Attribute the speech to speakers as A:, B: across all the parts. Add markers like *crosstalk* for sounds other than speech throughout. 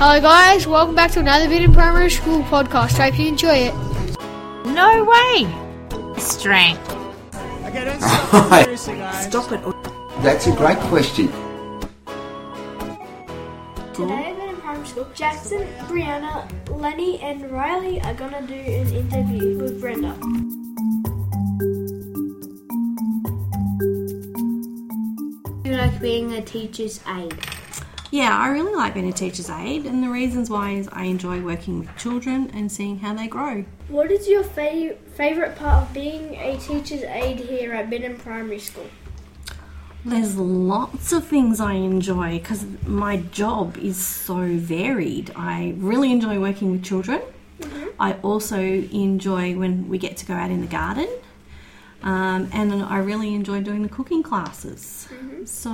A: Hello, guys. Welcome back to another Bit in Primary School podcast. Hope you enjoy it.
B: No way! Strength.
C: Okay, don't stop. Seriously, guys.
D: Stop it. or-
E: That's a great question.
F: Today I've been in primary school. Jackson, Brianna, Lenny, and Riley are gonna do an interview with Brenda.
G: You like being a teacher's aide?
H: Yeah, I really like being a teacher's aide, and the reasons why is I enjoy working with children and seeing how they grow.
F: What is your fa- favourite part of being a teacher's aide here at Bidden Primary School?
H: There's lots of things I enjoy because my job is so varied. I really enjoy working with children. I also enjoy when we get to go out in the garden, um, and then I really enjoy doing the cooking classes. So,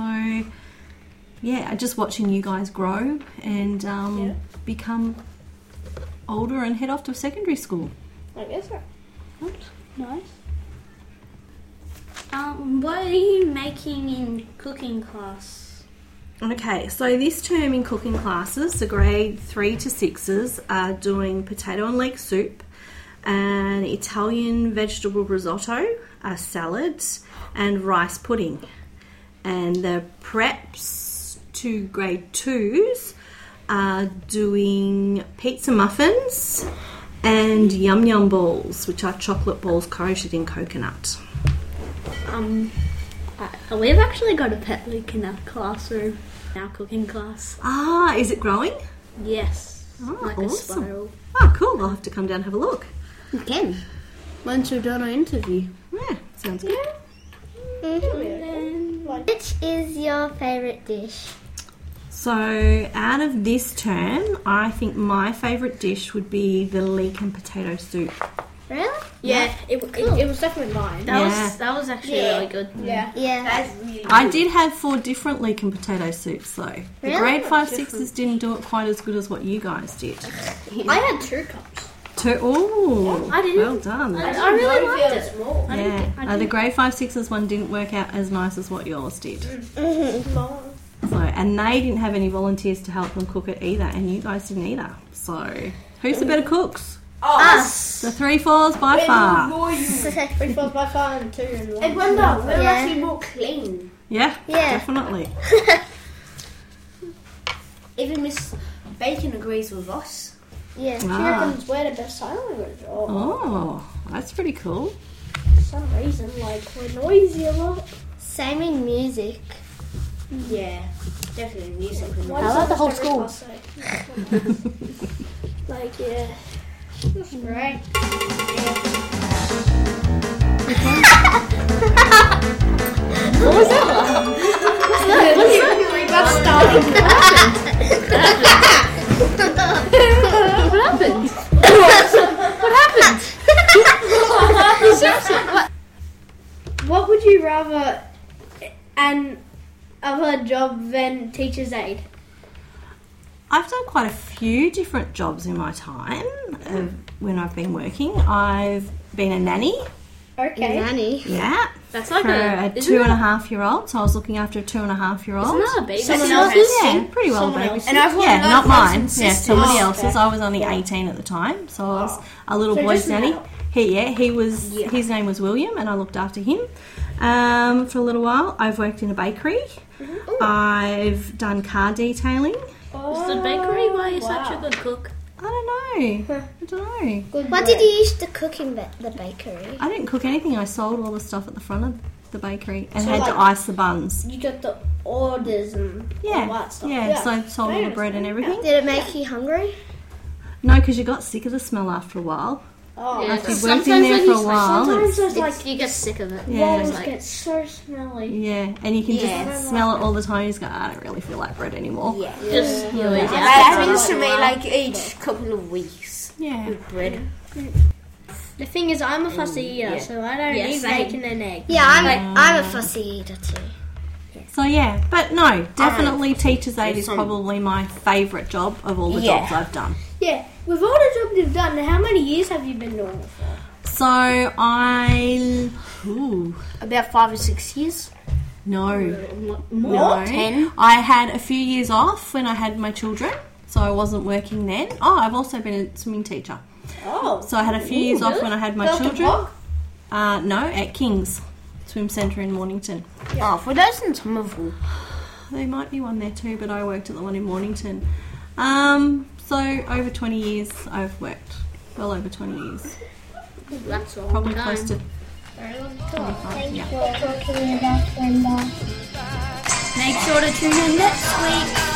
H: yeah, just watching you guys grow and um, become older and head off to secondary school.
F: I guess so.
G: Um, what are you making in cooking class?
H: Okay, so this term in cooking classes, the grade three to sixes are doing potato and leg soup, an Italian vegetable risotto, a salad, and rice pudding. And the preps to grade twos are doing pizza muffins and yum yum balls, which are chocolate balls coated in coconut.
G: Um, uh, we've actually got a pet leak in our classroom, in our cooking class.
H: Ah, is it growing?
G: Yes,
H: Oh,
G: like a
H: awesome.
G: spiral.
H: Ah, cool. I'll have to come down and have a look.
G: You can once we've done our interview.
H: Yeah, sounds good.
I: Which is your favorite dish?
H: So, out of this term, I think my favourite dish would be the leek and potato soup.
I: Really?
F: Yeah, it, it, it was definitely mine.
G: That
H: Yeah.
G: was that was actually really good.
F: Yeah.
I: Yeah.
H: I did have four different leek and potato soups though. The
I: Really?
H: grade five sixes didn't do it quite as good as what you guys did.
F: I had two cups.
H: Two, oh,
G: I didn't-
H: well done.
G: I really liked it. I didn't-
H: yeah,
G: I
H: uh, the
G: didn't-
H: grade five sixes one didn't work out as nice as what yours
F: *laughs*
H: did. So, and they didn't have any volunteers to help them cook it either, and you guys didn't either. So, who's the better cooks?
F: Us.
H: The three fours by far.
F: *laughs* Three, four, five, five, and two, and one.
G: And Brenda, we're
I: Yeah.
G: actually more clean.
H: Yeah,
I: Yeah.
H: definitely.
G: Even Miss Bacon agrees with us.
I: Yeah.
F: She
H: Ah.
F: reckons we're the best sign language, or
H: Oh, that's pretty cool.
F: for some reason, like, we're noisy a lot.
I: Same in music.
G: Yeah, definitely music.
F: Why does the whole school. *laughs* like, yeah. That's great. What would you rather an other job than teacher's aide?
H: I've done quite a few different jobs in my time of when I've been working. I've been a nanny,
F: Okay.
I: Nanny.
H: yeah,
G: That's like
H: for
G: a,
H: a
G: isn't
H: two
G: that-
H: and a half year old. So I was looking after a two and a half year old.
G: Isn't that a baby?
F: Someone
H: Yeah,
F: else else's?
H: yeah, pretty well,
F: Someone
H: baby.
F: else's?
H: And I've yeah, not mine. Yeah, somebody
F: Oh,
H: else's.
F: okay. Oh.
H: I was only eighteen at the time, so I was a little
F: So
H: boy's
F: just
H: nanny.
F: now.
H: He yeah, he was. His name was William, and I looked after him um, for a little while. I've worked in a bakery. I've done car detailing.
F: Oh,
G: Is the bakery why you're such a
F: wow.
G: good cook?
H: I don't know. I don't know.
F: good
I: What did you use to cook in ba- the bakery?
H: I didn't cook anything. I sold all the stuff at the front of the bakery and
F: So,
H: had
F: like-
H: to ice the buns.
F: You got the orders and
H: Yeah,
F: all that stuff.
H: yeah. So I sold all the bread and everything.
I: Did it make you hungry?
H: No, because you got sick of the smell after a while.
F: Oh,
G: Yeah.
H: After you've
G: Sometimes
H: worked in there
G: when
H: for
G: you-
H: a while,
F: sometimes
H: it's-
F: there's like
G: It's, you get sick of it.
H: Yeah.
F: rolls
G: like-
F: get so smelly.
H: yeah, and you can
G: Yeah.
H: just smell it all the time. You just go, I don't really feel like bread anymore. Yeah,
G: Just you always
B: That happens to me like each couple of weeks.
H: yeah.
B: Bread.
F: The thing is, I'm a fussy eater, so I don't
G: Yeah,
F: eat
G: same.
F: bacon and egg.
I: Yeah, I'm a, I'm a fussy eater too.
H: So yeah, but no, definitely teacher's aid is probably my favourite job of all the
B: Yeah.
H: jobs I've done.
F: Yeah, with all the jobs you've done, how many years have you been doing it for?
H: So I, ooh,
B: About five or six years.
H: no,
B: More?
H: No.
B: Ten?
H: I had a few years off when I had my children, so I wasn't working then. Oh, I've also been a swimming teacher.
B: Oh.
H: So I had a few years off when I had my
B: Felt a
H: children.
B: block?
H: Uh, no, at King's Swim Centre in Mornington.
B: Oh, for those in Somerville.
H: There might be one there too, but I worked at the one in Mornington. Um, so over 20 years I've worked. Well over 20 years.
G: That's all.
H: Probably close to
I: Make sure to tune in next week.